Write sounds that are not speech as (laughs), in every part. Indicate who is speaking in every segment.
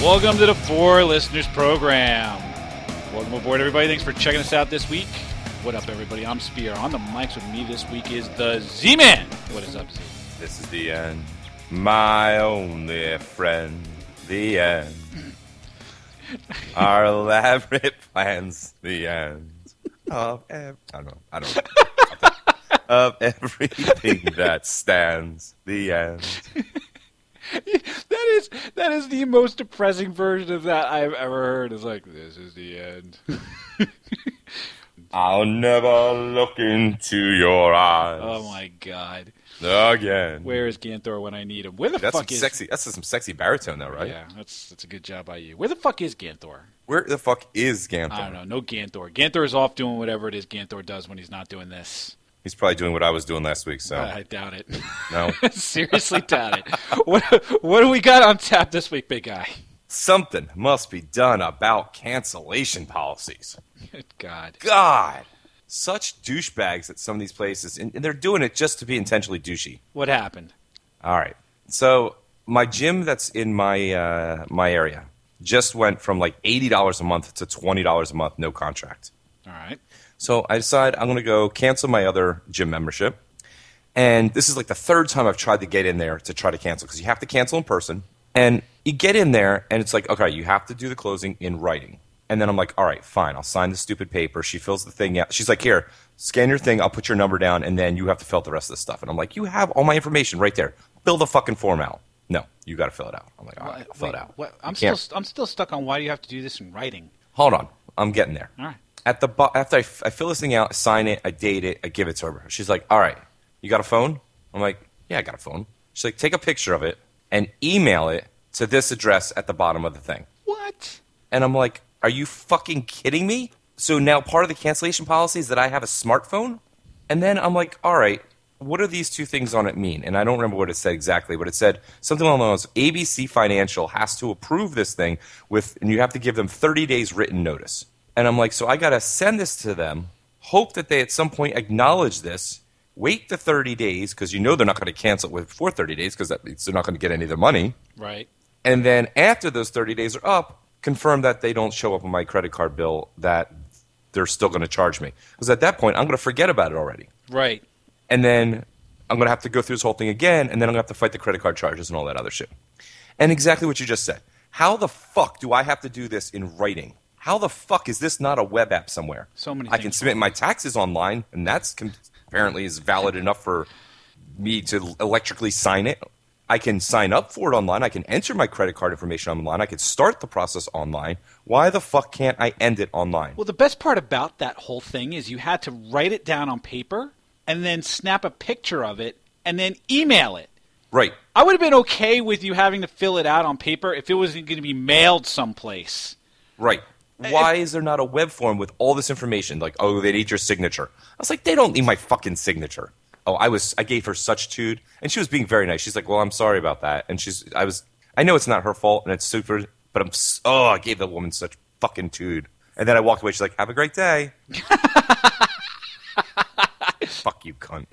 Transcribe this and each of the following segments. Speaker 1: Welcome to the Four Listeners Program. Welcome aboard, everybody. Thanks for checking us out this week. What up, everybody? I'm Spear. On the mics with me this week is the Z Man. What is up, Z?
Speaker 2: This is the end. My only friend,
Speaker 1: (laughs)
Speaker 2: the end. Our elaborate plans, the end. Of ev- I don't know. I don't know. (laughs) of everything that stands, the end.
Speaker 1: (laughs) that is that is the most depressing version of that I've ever heard. It's like this is the end. (laughs)
Speaker 2: I'll never look into your eyes
Speaker 1: oh my god.
Speaker 2: again.
Speaker 1: Where is Ganthor when I need him? Where the
Speaker 2: that's some
Speaker 1: fuck is
Speaker 2: sexy. That's some sexy baritone, though, right?
Speaker 1: Yeah, that's that's a good job by you. Where the fuck is Ganthor?
Speaker 2: Where the fuck is Ganthor?
Speaker 1: I don't know. No Ganthor. Ganthor is off doing whatever it is Ganthor does when he's not doing this.
Speaker 2: He's probably doing what I was doing last week. So
Speaker 1: I doubt it. (laughs)
Speaker 2: no,
Speaker 1: Seriously (laughs) doubt it. What what do we got on tap this week, big guy?
Speaker 2: something must be done about cancellation policies.
Speaker 1: Good God.
Speaker 2: God, such douchebags at some of these places, and, and they're doing it just to be intentionally douchey.
Speaker 1: What happened?
Speaker 2: All right, so my gym that's in my uh, my area just went from like eighty dollars a month to twenty dollars a month, no contract.
Speaker 1: All right.
Speaker 2: So I decide I'm going to go cancel my other gym membership. And this is like the third time I've tried to get in there to try to cancel because you have to cancel in person. And you get in there and it's like, okay, you have to do the closing in writing. And then I'm like, all right, fine, I'll sign the stupid paper. She fills the thing out. She's like, here, scan your thing. I'll put your number down and then you have to fill out the rest of this stuff. And I'm like, you have all my information right there. Fill the fucking form out. No, you got to fill it out. I'm like, all right, I'll fill
Speaker 1: Wait,
Speaker 2: it out.
Speaker 1: what- I'm
Speaker 2: You can't-
Speaker 1: still I'm still stuck on why do you have to do this in writing?
Speaker 2: Hold on. I'm getting there.
Speaker 1: All right.
Speaker 2: At the bo- after I, f- I fill this thing out, I sign it, I date it, I give it to her. She's like, "All right, you got a phone?" I'm like, "Yeah, I got a phone." She's like, "Take a picture of it and email it to this address at the bottom of the thing."
Speaker 1: What?
Speaker 2: And I'm like, "Are you fucking kidding me?" So now part of the cancellation policy is that I have a smartphone, and then I'm like, "All right, what do these two things on it mean?" And I don't remember what it said exactly, but it said something along those lines: ABC Financial has to approve this thing with, and you have to give them 30 days written notice. And I'm like, "So I gotta send this to them, hope that they at some point acknowledge this." Wait the 30 days because you know they're not going to cancel it before 30 days because that means they're not going to get any of their money.
Speaker 1: Right.
Speaker 2: And then after those 30 days are up, confirm that they don't show up on my credit card bill, that they're still going to charge me. Because at that point, I'm going to forget about it already.
Speaker 1: Right.
Speaker 2: And then I'm going to have to go through this whole thing again, and then I'm going to have to fight the credit card charges and all that other shit. And exactly what you just said. How the fuck do I have to do this in writing? How the fuck is this not a web app somewhere?
Speaker 1: So many
Speaker 2: I can
Speaker 1: things.
Speaker 2: submit my taxes online, and that's com- apparently is valid enough for me to electrically sign it. I can sign up for it online. I can enter my credit card information online. I can start the process online. Why the fuck can't I end it online?
Speaker 1: Well, the best part about that whole thing is you had to write it down on paper and then snap a picture of it and then email it.
Speaker 2: right.
Speaker 1: I would have been okay with you having to fill it out on paper if it wasn't going to be mailed someplace.
Speaker 2: Right. Why is there not a web form with all this information? Like, oh, they need your signature. I was like, they don't need my fucking signature. Oh, I was, I gave her such tude, and she was being very nice. She's like, well, I'm sorry about that, and she's, I was, I know it's not her fault, and it's super, but I'm, s- oh, I gave that woman such fucking tude, and then I walked away. She's like, have a great day. Fuck you, cunt.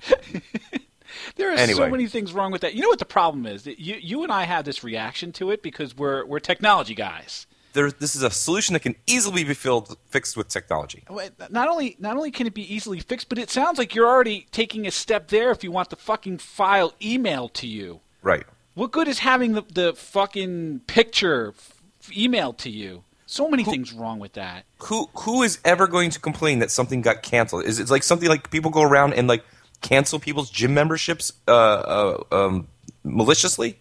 Speaker 1: There are so
Speaker 2: Anyway.
Speaker 1: many things wrong with that. You know what the problem is? That you, you and I have this reaction to it because we're, we're technology guys.
Speaker 2: There, this is a solution that can easily be filled, fixed with technology.
Speaker 1: Wait, Not only, not only can it be easily fixed, but it sounds like you're already taking a step there if you want the fucking file emailed to you.
Speaker 2: Right.
Speaker 1: What good is having the, the fucking picture f- emailed to you? So many things wrong with that.
Speaker 2: who who is ever going to complain that something got canceled? Is it like something like people go around and like cancel people's gym memberships uh, uh, um, maliciously?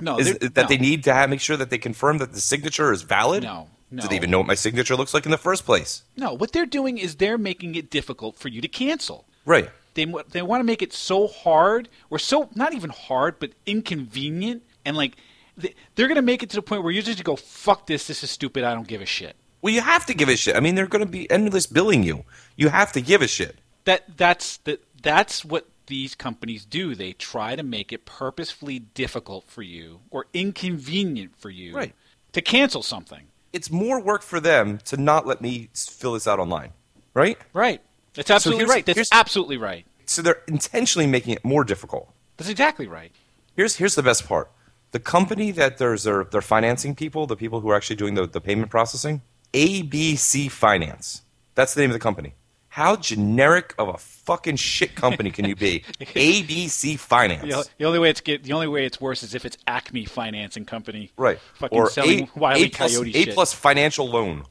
Speaker 1: No,
Speaker 2: Is
Speaker 1: there-
Speaker 2: it that
Speaker 1: no.
Speaker 2: they need to have, make sure that they confirm that the signature is valid?
Speaker 1: No, no.
Speaker 2: Do they even know what my signature looks like in the first place?
Speaker 1: No, what they're doing is they're making it difficult for you to cancel.
Speaker 2: Right.
Speaker 1: They mo- they want to make it so hard or so not even hard, but inconvenient and like they- they're going to make it to the point where you're just going to go fuck this. This is stupid. I don't give a shit.
Speaker 2: Well, you have to give a shit. I mean, they're going to be endless billing you. You have to give a shit.
Speaker 1: That that's the, that's what these companies do. They try to make it purposefully difficult for you or inconvenient for you
Speaker 2: Right.
Speaker 1: to cancel something.
Speaker 2: It's more work for them to not let me s- fill this out online, right?
Speaker 1: Right. That's absolutely
Speaker 2: here's-
Speaker 1: right. That's
Speaker 2: here's-
Speaker 1: absolutely right.
Speaker 2: So they're intentionally making it more difficult.
Speaker 1: That's exactly right.
Speaker 2: Here's here's the best part. The company that there's their, their financing people, the people who are actually doing the, the payment processing, ABC Finance. That's the name of the company. How generic of a fucking shit company can
Speaker 1: (laughs)
Speaker 2: you be? ABC Finance.
Speaker 1: The, o- the only way it's get, the only way it's worse is if it's Acme Financing Company,
Speaker 2: Right.
Speaker 1: Fucking selling
Speaker 2: A,
Speaker 1: wily
Speaker 2: A plus,
Speaker 1: coyote
Speaker 2: A
Speaker 1: shit.
Speaker 2: plus financial loan.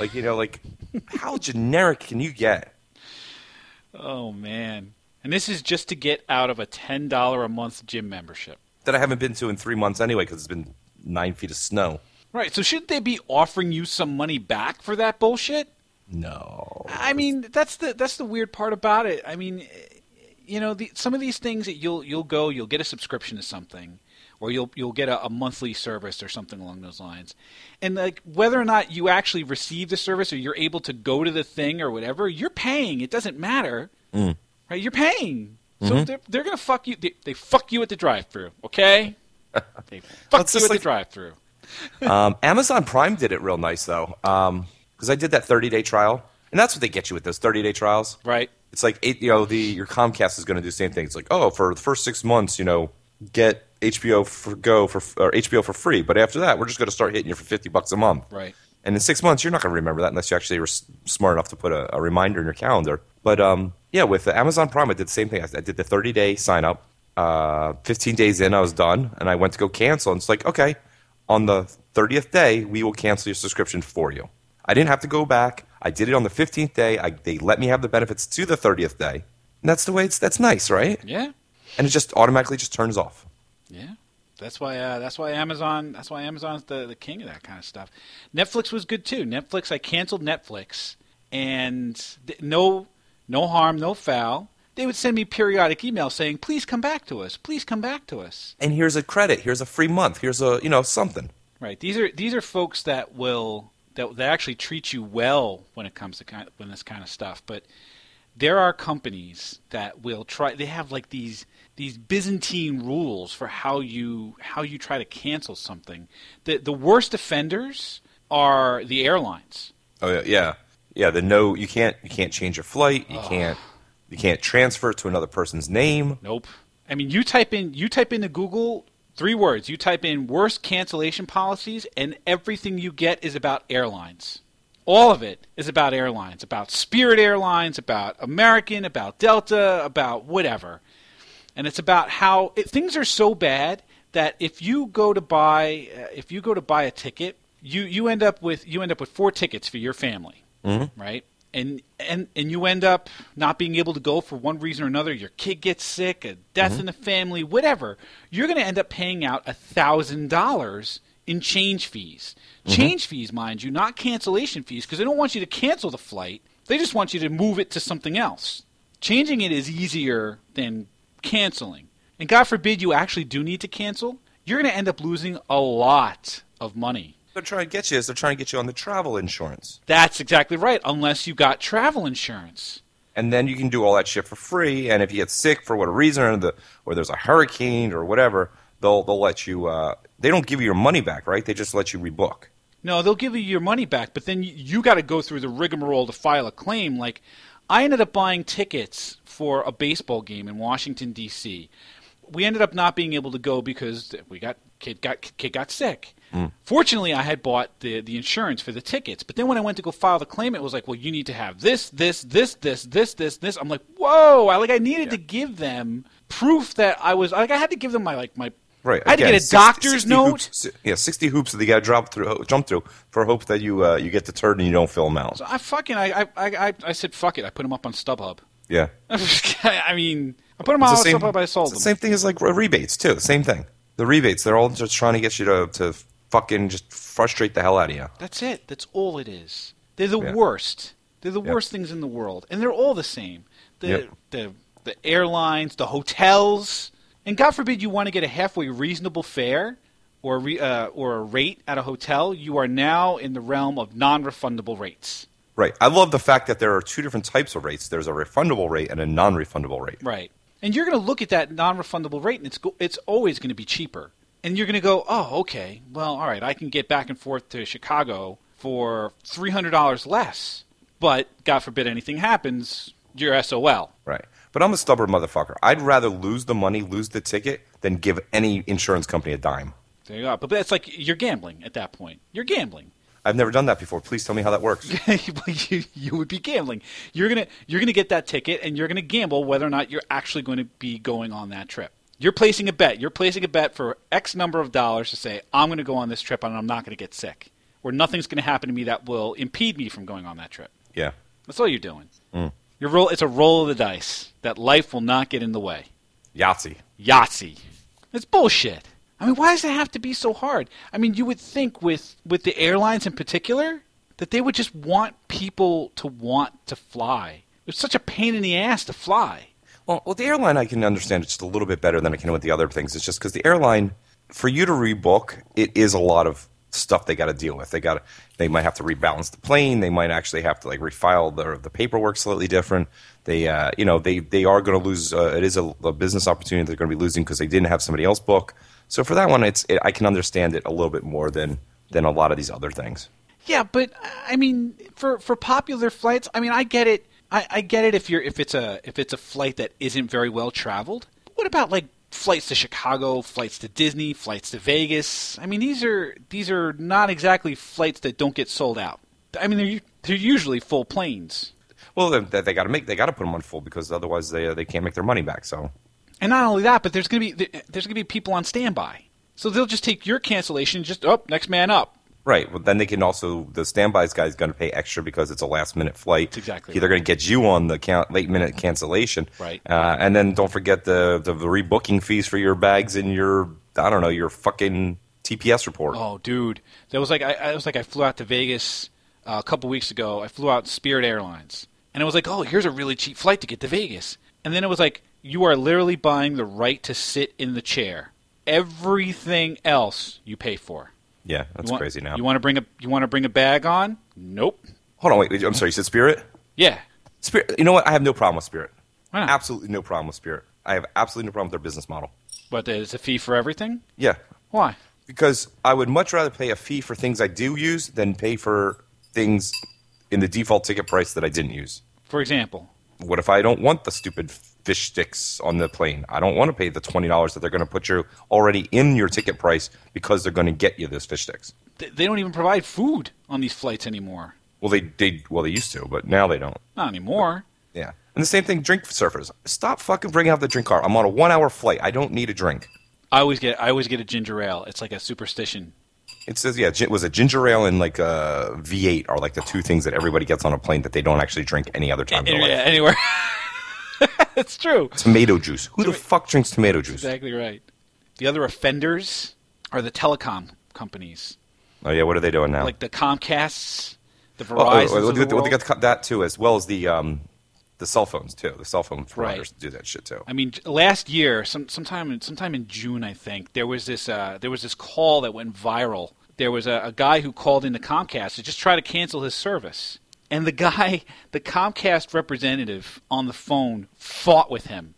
Speaker 2: Like, you know,
Speaker 1: (laughs)
Speaker 2: like, how generic can you get?
Speaker 1: Oh man! And this is just to get out of a ten dollar a month gym membership.
Speaker 2: That I haven't been to in three months anyway because it's been nine feet of snow.
Speaker 1: Right. So shouldn't they be offering you some money back for that bullshit?
Speaker 2: No.
Speaker 1: I mean, that's the that's the weird part about it. I mean, you know, the, some of these things that you'll you'll go, you'll get a subscription to something, or you'll you'll get a, a monthly service or something along those lines, and like whether or not you actually receive the service or you're able to go to the thing or whatever, you're paying. It doesn't matter,
Speaker 2: Mm.
Speaker 1: right? You're paying,
Speaker 2: Mm-hmm.
Speaker 1: so they're they're gonna fuck you. They, they fuck you at the drive-through,
Speaker 2: (laughs)
Speaker 1: okay? they fuck
Speaker 2: It's
Speaker 1: you
Speaker 2: just
Speaker 1: at
Speaker 2: like-
Speaker 1: the drive-through.
Speaker 2: Um, Amazon Prime did it real nice though, because I did that 30 day trial, and that's what they get you with those 30 day trials.
Speaker 1: Right.
Speaker 2: It's like eight, you know the your Comcast is going to do the same thing. It's like oh, for the first six months, you know, get HBO for go for or HBO for free, but after that, we're just going to start hitting you for 50 bucks a month.
Speaker 1: Right.
Speaker 2: And in six months, you're not going to remember that unless you actually were s- smart enough to put a, a reminder in your calendar. But um, yeah, with the Amazon Prime, I did the same thing. I, I did the 30 day sign up. Uh, 15 days in, I was done, and I went to go cancel. And it's like, okay, on the 30th day, we will cancel your subscription for you. I didn't have to go back. I did it on the 15th day. I, they let me have the benefits to the 30th day. And that's the way it's, that's nice, right?
Speaker 1: Yeah.
Speaker 2: And it just automatically just turns off.
Speaker 1: Yeah, that's why. Uh, that's why Amazon. That's why Amazon's the the king of that kind of stuff. Netflix was good too. Netflix. I canceled Netflix, and th- no, no harm, no foul. They would send me periodic emails saying, "Please come back to us. Please come back to us."
Speaker 2: And here's a credit. Here's a free month. Here's a, you know, something.
Speaker 1: Right. These are these are folks that will that that actually treat you well when it comes to kind when this kind of stuff. But there are companies that will try. They have like these these Byzantine rules for how you how you try to cancel something. The the worst offenders are the airlines.
Speaker 2: Oh yeah, yeah, yeah. The no, you can't, you can't change your flight. You can't, you can't transfer to another person's name.
Speaker 1: Nope. I mean, you type in you type into Google three words. You type in worst cancellation policies, and everything you get is about airlines. All of it is about airlines, about Spirit Airlines, about American, about Delta, about whatever. And it's about how it, things are so bad that if you go to buy uh, if you go to buy a ticket, you, you end up with you end up with four tickets for your family right? And and and you end up not being able to go for one reason or another. Your kid gets sick, a death in the family, whatever. You're going to end up paying out a thousand dollars in change fees. Change fees, mind you, not cancellation fees, because they don't want you to cancel the flight. They just want you to move it to something else. Changing it is easier than canceling. And God forbid you actually do need to cancel, you're going to end up losing a lot of money.
Speaker 2: They're trying to get you. Is they're trying to get you on the travel insurance,
Speaker 1: That's exactly right, unless you got travel insurance.
Speaker 2: and then you can do all that shit for free. And if you get sick for whatever reason, or, the, or there's a hurricane or whatever, they'll they'll let you. Uh, they don't give you your money back, right? They just let you rebook.
Speaker 1: No, they'll give you your money back, but then you, you got to go through the rigmarole to file a claim. Like, I ended up buying tickets for a baseball game in Washington D.C. We ended up not being able to go because we got kid got kid got sick. Fortunately, I had bought the the insurance for the tickets, but then when I went to go file the claim, it was like, well, you need to have this, this, this, this, this, this, this. I'm like, whoa! I like I needed to give them proof that I was like I had to give them my like my
Speaker 2: Right.
Speaker 1: I had to
Speaker 2: again,
Speaker 1: get a
Speaker 2: 60
Speaker 1: doctor's
Speaker 2: 60
Speaker 1: note.
Speaker 2: hoops- si- yeah, sixty hoops that they got to drop through, jump through for hope that you uh, you get deterred and you don't fill them out.
Speaker 1: So I fucking I I, I I- I said fuck it. I put him up on StubHub.
Speaker 2: Yeah.
Speaker 1: (laughs) I mean, I put them
Speaker 2: It's
Speaker 1: on
Speaker 2: the same-
Speaker 1: StubHub. I sold
Speaker 2: it's
Speaker 1: them.
Speaker 2: the same thing as like re- rebates too. Same thing. The rebates, they're all just trying to get you to, to fucking just frustrate the hell out of you.
Speaker 1: That's it. That's all it is. They're the
Speaker 2: Yeah.
Speaker 1: worst. They're the
Speaker 2: Yep.
Speaker 1: worst things in the world, and they're all the same. The
Speaker 2: Yep.
Speaker 1: the the airlines, the hotels, and God forbid you want to get a halfway reasonable fare or a re, uh, or a rate at a hotel, you are now in the realm of non-refundable rates.
Speaker 2: Right. I love the fact that there are two different types of rates. There's a refundable rate and a non-refundable rate.
Speaker 1: Right. And you're going to look at that non-refundable rate, and it's go- it's always going to be cheaper. And you're going to go, oh, okay, well, all right, I can get back and forth to Chicago for three hundred dollars less. But God forbid anything happens, you're SOL.
Speaker 2: Right. But I'm a stubborn motherfucker. I'd rather lose the money, lose the ticket, than give any insurance company a dime.
Speaker 1: There you go. But that's like you're gambling at that point. You're gambling.
Speaker 2: I've never done that before. Please tell me how that works.
Speaker 1: (laughs) you, you would be gambling. You're gonna you're gonna get that ticket, and you're gonna gamble whether or not you're actually going to be going on that trip. You're placing a bet. You're placing a bet for X number of dollars to say I'm going to go on this trip, and I'm not going to get sick, or nothing's going to happen to me that will impede me from going on that trip.
Speaker 2: yeah.
Speaker 1: That's all you're doing. Your roll. It's a roll of the dice that life will not get in the way.
Speaker 2: Yahtzee.
Speaker 1: Yahtzee. It's bullshit. I mean, why does it have to be so hard? I mean, you would think with, with the airlines in particular that they would just want people to want to fly. It's such a pain in the ass to fly.
Speaker 2: Well, well, the airline I can understand it just a little bit better than I can with the other things. It's just because the airline, for you to rebook, it is a lot of stuff they got to deal with. They got to, they might have to rebalance the plane. They might actually have to like refile their the paperwork slightly different. They, uh, you know, they they are going to lose. Uh, it is a, a business opportunity they're going to be losing because they didn't have somebody else book. So for that one, it's it, I can understand it a little bit more than than a lot of these other things.
Speaker 1: Yeah, but I mean, for for popular flights, I mean, I get it. I, I get it if you're if it's a if it's a flight that isn't very well traveled. What about like flights to Chicago, flights to Disney, flights to Vegas? I mean, these are these are not exactly flights that don't get sold out. I mean, they're u- they're usually full planes.
Speaker 2: Well, they, they got to make they got to put them on full because otherwise they uh, they can't make their money back. So
Speaker 1: And not only that, but there's gonna be there's gonna be people on standby, so they'll just take your cancellation. and Just oh, next man up.
Speaker 2: Right. Well, then they can also the standby guy's going to pay extra because it's a last minute flight.
Speaker 1: That's exactly
Speaker 2: They're
Speaker 1: right.
Speaker 2: going to get you on the count, late minute cancellation.
Speaker 1: Right.
Speaker 2: Uh, and then don't forget the, the rebooking fees for your bags and your I don't know your fucking TPS report.
Speaker 1: Oh, dude, that was like I, I was like I flew out to Vegas uh, a couple weeks ago. I flew out Spirit Airlines, and it was like, oh, here's a really cheap flight to get to Vegas. And then it was like, you are literally buying the right to sit in the chair. Everything else you pay for.
Speaker 2: Yeah, that's
Speaker 1: you want,
Speaker 2: crazy now.
Speaker 1: You want to bring a you want to bring a bag on? Nope.
Speaker 2: Hold on, wait, wait. I'm sorry. You said Spirit.
Speaker 1: Yeah.
Speaker 2: Spirit. You know what? I have no problem with Spirit.
Speaker 1: Why not?
Speaker 2: Absolutely no problem with Spirit. I have absolutely no problem with their business model.
Speaker 1: But it's a fee for everything.
Speaker 2: Yeah,
Speaker 1: Why?
Speaker 2: because I would much rather pay a fee for things I do use than pay for things in the default ticket price that I didn't use.
Speaker 1: For example,
Speaker 2: what if I don't want the stupid fish sticks on the plane? I don't want to pay the twenty dollars that they're going to put you already in your ticket price because they're going to get you those fish sticks.
Speaker 1: th- they don't even provide food on these flights anymore.
Speaker 2: Well, they they well they used to, but now they don't.
Speaker 1: Not anymore.
Speaker 2: Yeah, and the same thing. Drink surfers, stop fucking bringing out the drink cart. I'm on a one hour flight. I don't need a drink.
Speaker 1: I always get I always get a ginger ale. It's like a superstition.
Speaker 2: It says yeah, it was a ginger ale and like a V8 are like the two things that everybody gets on a plane that they don't actually drink any other time. in
Speaker 1: Any-
Speaker 2: their life.
Speaker 1: anywhere. (laughs) That's true.
Speaker 2: Tomato juice. Who the fuck drinks tomato juice?
Speaker 1: Exactly right. The other offenders are the telecom companies,
Speaker 2: Oh yeah, what are they doing now?
Speaker 1: like the Comcasts, the
Speaker 2: Oh, oh,
Speaker 1: Verizons
Speaker 2: oh,
Speaker 1: of the
Speaker 2: they- they
Speaker 1: world.
Speaker 2: got to cut that too, as well as the um, the cell phones too. The cell phone providers do that shit too.
Speaker 1: I mean, j- last year, some, sometime in- sometime in June, I think there was this uh, there was this call that went viral. There was a, a guy who called into Comcast to just try to cancel his service, and the guy, (laughs) the Comcast representative on the phone, fought with him.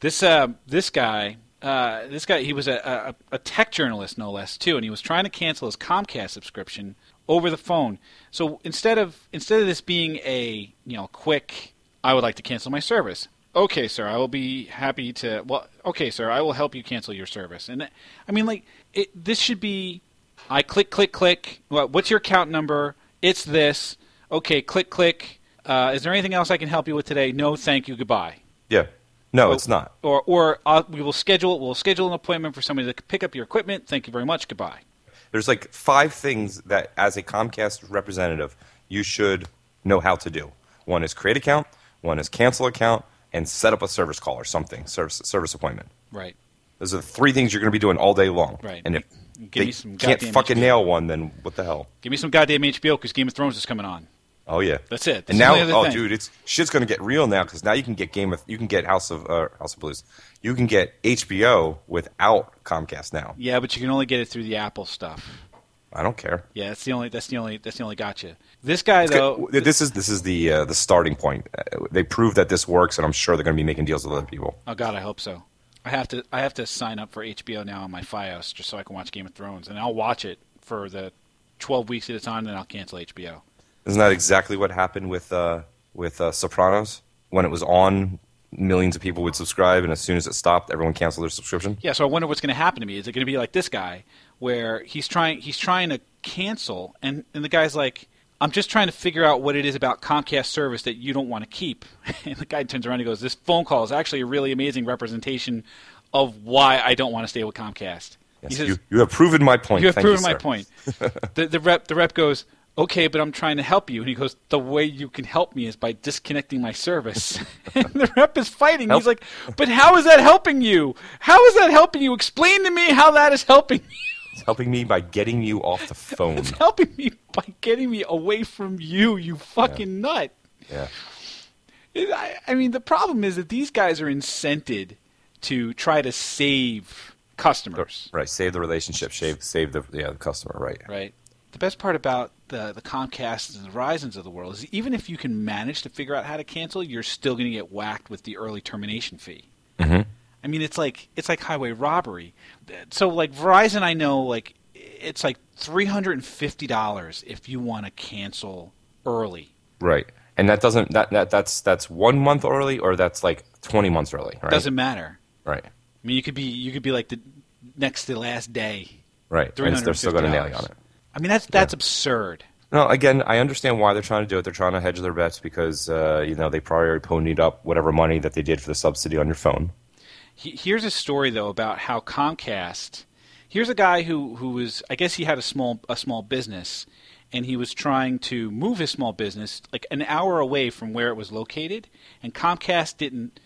Speaker 1: This uh, this guy. Uh, this guy, he was a, a, a tech journalist, no less, too, and he was trying to cancel his Comcast subscription over the phone. So instead of instead of this being a you know quick, I would like to cancel my service. Okay, sir, I will be happy to. Well, okay, sir, I will help you cancel your service. And I mean, like, it, this should be I click, click, click. What, what's your account number? It's this. Okay, click, click. Uh, is there anything else I can help you with today? No, thank you. Goodbye.
Speaker 2: Yeah, no, it's not.
Speaker 1: Or, or uh, we will schedule. We'll schedule an appointment for somebody to pick up your equipment. Thank you very much. Goodbye.
Speaker 2: There's like five things that, as a Comcast representative, you should know how to do. One is create account. One is cancel account, and set up a service call or something, service service appointment.
Speaker 1: Right.
Speaker 2: Those are the three things you're going to be doing all day long.
Speaker 1: Right.
Speaker 2: And if
Speaker 1: Give
Speaker 2: they
Speaker 1: me some
Speaker 2: can't
Speaker 1: goddamn
Speaker 2: fucking
Speaker 1: HBO.
Speaker 2: nail one, then what the hell?
Speaker 1: Give me some goddamn HBO because Game of Thrones is coming on.
Speaker 2: Oh yeah,
Speaker 1: That's it. That's
Speaker 2: and
Speaker 1: the
Speaker 2: now,
Speaker 1: only other
Speaker 2: oh
Speaker 1: thing.
Speaker 2: dude, it's shit's gonna get real now because now you can get Game of, you can get House of uh, House of Blues, you can get HBO without Comcast now.
Speaker 1: Yeah, but you can only get it through the Apple stuff.
Speaker 2: I don't care.
Speaker 1: Yeah, that's the only. That's the only. That's the only gotcha. This guy though.
Speaker 2: Th- this is this is the uh, the starting point. Uh, they prove that this works, and I'm sure they're gonna be making deals with other people.
Speaker 1: Oh God, I hope so. I have to. I have to sign up for HBO now on my FiOS just so I can watch Game of Thrones, and I'll watch it for the twelve weeks at a time, then I'll cancel HBO.
Speaker 2: Isn't that exactly what happened with uh, with uh, Sopranos when it was on? Millions of people would subscribe, and as soon as it stopped, everyone canceled their subscription.
Speaker 1: Yeah, so I wonder what's going to happen to me. Is it going to be like this guy, where he's trying he's trying to cancel and, and the guy's like I'm just trying to figure out what it is about Comcast service that you don't want to keep. (laughs) And the guy turns around and goes, This phone call is actually a really amazing representation of why I don't want to stay with Comcast.
Speaker 2: Yes, you, you have proven my point.
Speaker 1: You have
Speaker 2: Thank
Speaker 1: proven
Speaker 2: you,
Speaker 1: my
Speaker 2: sir.
Speaker 1: point.
Speaker 2: (laughs)
Speaker 1: the, the rep the rep goes, okay, but I'm trying to help you, and he goes, the way you can help me is by disconnecting my
Speaker 2: (laughs)
Speaker 1: service. and the rep is fighting.
Speaker 2: Help.
Speaker 1: He's like, but how is that helping you? How is that helping you? Explain to me how that is helping (laughs)
Speaker 2: It's helping me by getting you off the phone.
Speaker 1: It's helping me by getting me away from you, you fucking nut.
Speaker 2: yeah.
Speaker 1: It- I, I mean, the problem is that these guys are incented to try to save customers.
Speaker 2: Right. Save the relationship. Save save the yeah the customer. Right.
Speaker 1: right? The best part about the the Comcast and the Verizons of the world is even if you can manage to figure out how to cancel, you're still going to get whacked with the early termination fee. I mean, it's like it's like highway robbery. So like Verizon, I know like it's like three hundred and fifty dollars if you want to cancel early.
Speaker 2: Right. And that doesn't that, that that's that's one month early or that's like twenty months early. Right.
Speaker 1: Doesn't matter.
Speaker 2: right.
Speaker 1: I mean, you could be you could be like the next to last day.
Speaker 2: Right. And they're still going to nail you
Speaker 1: $350.
Speaker 2: on it.
Speaker 1: I mean, that's that's absurd.
Speaker 2: No, again, I understand why they're trying to do it. They're trying to hedge their bets because uh, you know they probably already ponied up whatever money that they did for the subsidy on your phone.
Speaker 1: He- Here's a story though about how Comcast. Here's a guy who who was I guess he had a small a small business, and he was trying to move his small business like an hour away from where it was located, and Comcast didn't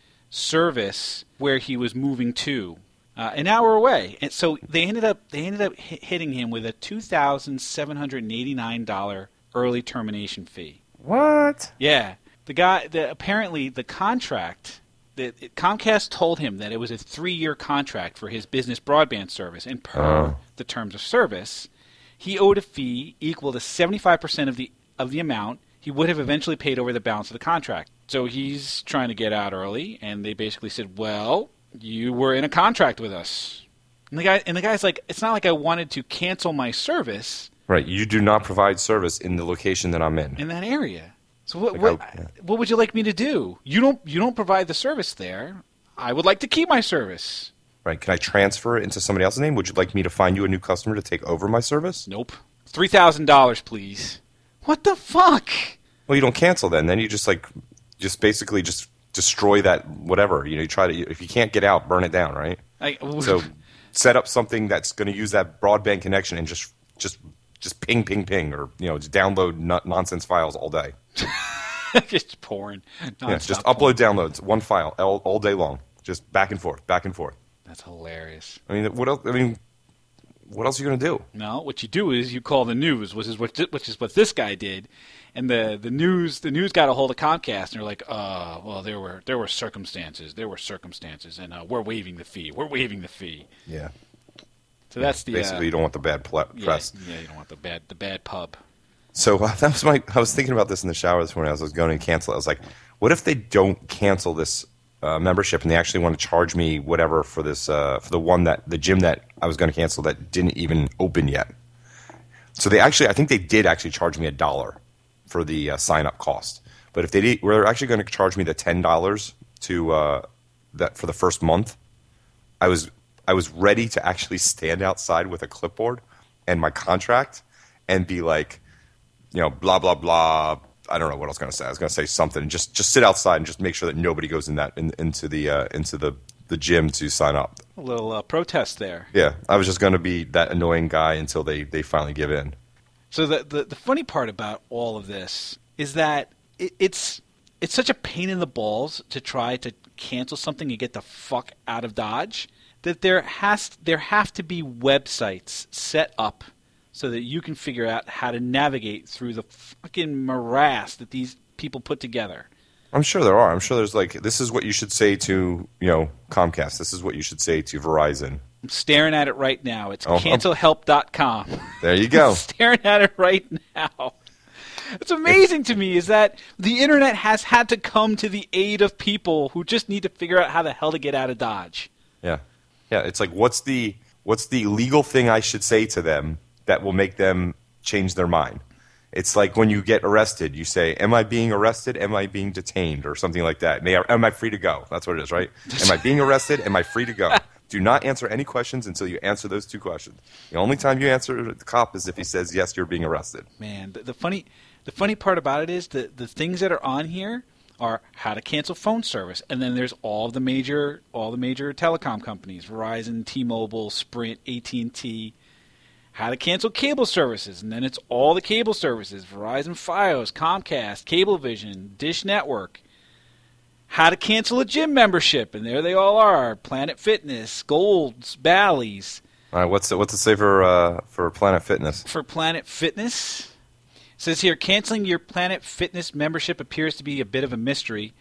Speaker 1: service where he was moving to. Uh, an hour away, and so they ended up they ended up hi- hitting him with a two thousand seven hundred eighty nine dollar early termination fee.
Speaker 2: What?
Speaker 1: Yeah, the guy. The, apparently, the contract that Comcast told him that it was a three-year contract for his business broadband service, and per
Speaker 2: Oh.
Speaker 1: the terms of service, he owed a fee equal to seventy-five percent of the of the amount he would have eventually paid over the balance of the contract. So he's trying to get out early, and they basically said, "Well, you were in a contract with us." And the guy and the guy's like, "It's not like I wanted to cancel my service."
Speaker 2: Right. You do not provide service in the location that I'm in.
Speaker 1: in that area. So what
Speaker 2: Like,
Speaker 1: what,
Speaker 2: I- yeah.
Speaker 1: what would you like me to do? You don't you don't provide the service there. I would like to keep my service.
Speaker 2: Right. Can I transfer it into somebody else's name? Would you like me to find you a new customer to take over my service?
Speaker 1: Nope. Three thousand dollars, please. What the fuck?
Speaker 2: Well, you don't cancel then. Then you just like just basically just destroy that whatever. You know, you try to if you can't get out, burn it down, right?
Speaker 1: I, (laughs)
Speaker 2: So set up something that's going to use that broadband connection and just just just ping ping ping or you know, just download nu- nonsense files all day.
Speaker 1: just porn.
Speaker 2: Yeah, just
Speaker 1: nonstop
Speaker 2: upload downloads one file all, all day long. Just back and forth, back and forth.
Speaker 1: porn. That's hilarious.
Speaker 2: I mean, what else I mean, what else are you going to do?
Speaker 1: No, what you do is you call the news, which is what which is what this guy did, and the, the news the news got a hold of Comcast and they're like, uh, well there were there were circumstances, there were circumstances, and uh, we're waiving the fee, we're waiving the fee.
Speaker 2: Yeah.
Speaker 1: So that's the uh,
Speaker 2: Basically, you don't want the bad ple-
Speaker 1: yeah,
Speaker 2: press.
Speaker 1: Yeah, you don't want the bad the bad pub.
Speaker 2: So (laughs) uh, that was my. I was thinking about this in the shower this morning. As I was going to cancel, it. I was like, "What if they don't cancel this uh, membership and they actually want to charge me whatever for this uh, for the one that the gym that I was going to cancel that didn't even open yet?" So they actually, I think they did actually charge me a dollar for the uh, sign up cost. But if they did, were actually going to charge me the ten dollars to uh, that for the first month, I was I was ready to actually stand outside with a clipboard and my contract and be like, you know, blah blah blah. I don't know what I was going to say. I was going to say something. Just just sit outside and just make sure that nobody goes in that in, into the uh, into the the gym to sign up.
Speaker 1: A little uh, protest there.
Speaker 2: Yeah, I was just going to be that annoying guy until they they finally give in.
Speaker 1: So the, the the funny part about all of this is that it, it's it's such a pain in the balls to try to cancel something and get the fuck out of Dodge that there has there have to be websites set up so that you can figure out how to navigate through the fucking morass that these people put together.
Speaker 2: I'm sure there are. I'm sure there's like this is what you should say to you know Comcast. This is what you should say to Verizon.
Speaker 1: I'm staring at it right now. It's
Speaker 2: Oh, I'm-
Speaker 1: cancelhelp.com. (laughs)
Speaker 2: There you go.
Speaker 1: staring at it right now. It's amazing to me is that the internet has had to come to the aid of people who just need to figure out how the hell to get out of Dodge.
Speaker 2: Yeah, yeah. It's like what's the what's the legal thing I should say to them that will make them change their mind? It's like when you get arrested, you say, "Am I being arrested? Am I being detained?" or something like that. May I, am I free to go? That's what it is, right? Am I being arrested? Am I free to go? Do not answer any questions until you answer those two questions. The only time you answer the cop is if he says yes, you're being arrested.
Speaker 1: Man, the, the funny the funny part about it is the the things that are on here are how to cancel phone service, and then there's all the major all the major telecom companies: Verizon, T-Mobile, Sprint, AT and T. How to cancel cable services, and then it's all the cable services: Verizon, FiOS, Comcast, Cablevision, Dish Network. How to cancel a gym membership, and there they all are: Planet Fitness, Golds, Bally's.
Speaker 2: All right, what's the, what's the say for uh, for Planet Fitness?
Speaker 1: for Planet Fitness. It says here, canceling your Planet Fitness membership appears to be a bit of a mystery.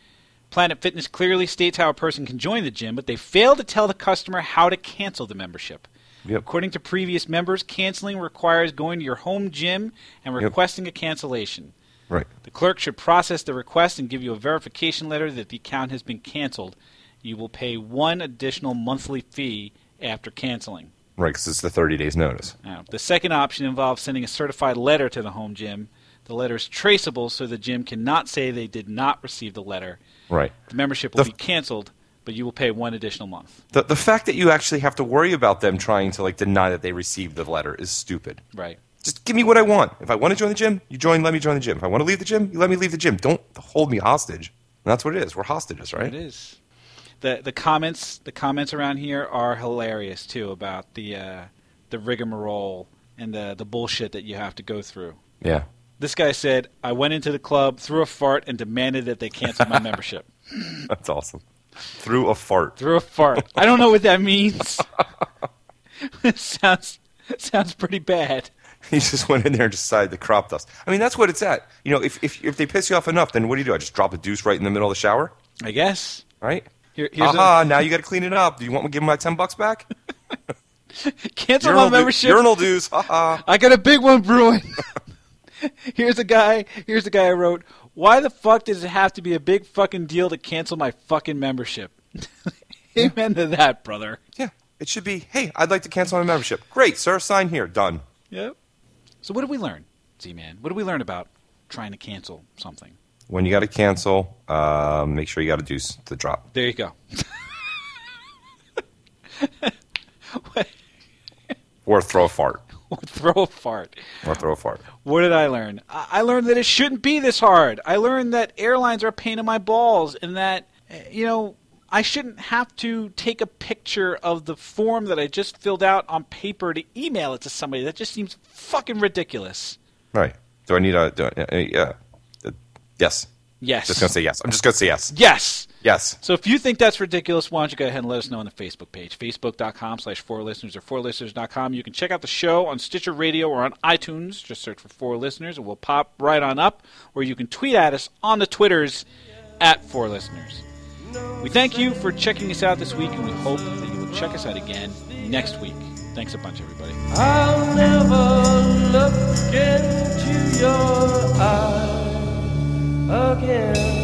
Speaker 1: Planet Fitness clearly states how a person can join the gym, but they fail to tell the customer how to cancel the membership.
Speaker 2: Yep.
Speaker 1: According to previous members, canceling requires going to your home gym and
Speaker 2: Yep.
Speaker 1: requesting a cancellation.
Speaker 2: Right.
Speaker 1: The clerk should process the request and give you a verification letter that the account has been canceled. You will pay one additional monthly fee after canceling.
Speaker 2: Right, because it's the 30 days notice.
Speaker 1: Now, the second option involves sending a certified letter to the home gym. The letter is traceable, so the gym cannot say they did not receive the letter.
Speaker 2: Right.
Speaker 1: The membership will
Speaker 2: The-
Speaker 1: be canceled, but you will pay one additional month.
Speaker 2: The, the fact that you actually have to worry about them trying to like deny that they received the letter is stupid.
Speaker 1: Right.
Speaker 2: Just give me what I want. If I want to join the gym, you join, let me join the gym. If I want to leave the gym, you let me leave the gym. Don't hold me hostage. And that's what it is. We're hostages, right?
Speaker 1: It is. the The comments the comments around here are hilarious too about the uh, the rigmarole and the the bullshit that you have to go through.
Speaker 2: Yeah.
Speaker 1: This guy said, "I went into the club, threw a fart, and demanded that they cancel
Speaker 2: (laughs)
Speaker 1: my membership."
Speaker 2: That's awesome. Through a fart. (laughs)
Speaker 1: Through a fart. I don't know what that means. (laughs) sounds sounds pretty bad.
Speaker 2: He just went in there and decided to crop dust. I mean, that's what it's at. You know, if, if, if they piss you off enough, then what do you do? I just drop a deuce right in the middle of the shower,
Speaker 1: I guess.
Speaker 2: right?
Speaker 1: Here, here's
Speaker 2: Aha, now you got to clean it up. Do you want me to give him my 10 bucks back?
Speaker 1: a cancel my
Speaker 2: Urinal, deu-
Speaker 1: membership.
Speaker 2: urinal dues. Ha
Speaker 1: I got a big one brewing. (laughs) here's a guy. Here's a guy I wrote. Why the fuck does it have to be a big fucking deal to cancel my fucking membership? (laughs) Amen to that, brother.
Speaker 2: Yeah, it should be. Hey, I'd like to cancel my membership. Great, sir. Sign here. Done.
Speaker 1: Yep. So what did we learn, Z man? What did we learn about trying to cancel something?
Speaker 2: When you got to cancel, uh, make sure you got to do s- the drop.
Speaker 1: There you go. (laughs)
Speaker 2: Or throw a fart.
Speaker 1: (laughs) Throw a fart.
Speaker 2: Or throw a fart.
Speaker 1: What did I learn? I I learned that it shouldn't be this hard. I learned that airlines are a pain in my balls and that, eh, you know, I shouldn't have to take a picture of the form that I just filled out on paper to email it to somebody. That just seems fucking ridiculous.
Speaker 2: Right. Do I need a. Do I, uh, uh, yes.
Speaker 1: Yes.
Speaker 2: Just going to say yes. I'm just going to say yes.
Speaker 1: yes.
Speaker 2: Yes.
Speaker 1: So if you think that's ridiculous, why don't you go ahead and let us know on the Facebook page, facebook.com slash 4listeners or 4listeners.com. You can check out the show on Stitcher Radio or on iTunes. Just search for 4listeners and we'll pop right on up. Or you can tweet at us on the Twitters at 4listeners. We thank you for checking us out this week and we hope that you will check us out again next week. Thanks a bunch, everybody.
Speaker 3: I'll never look into your eyes again.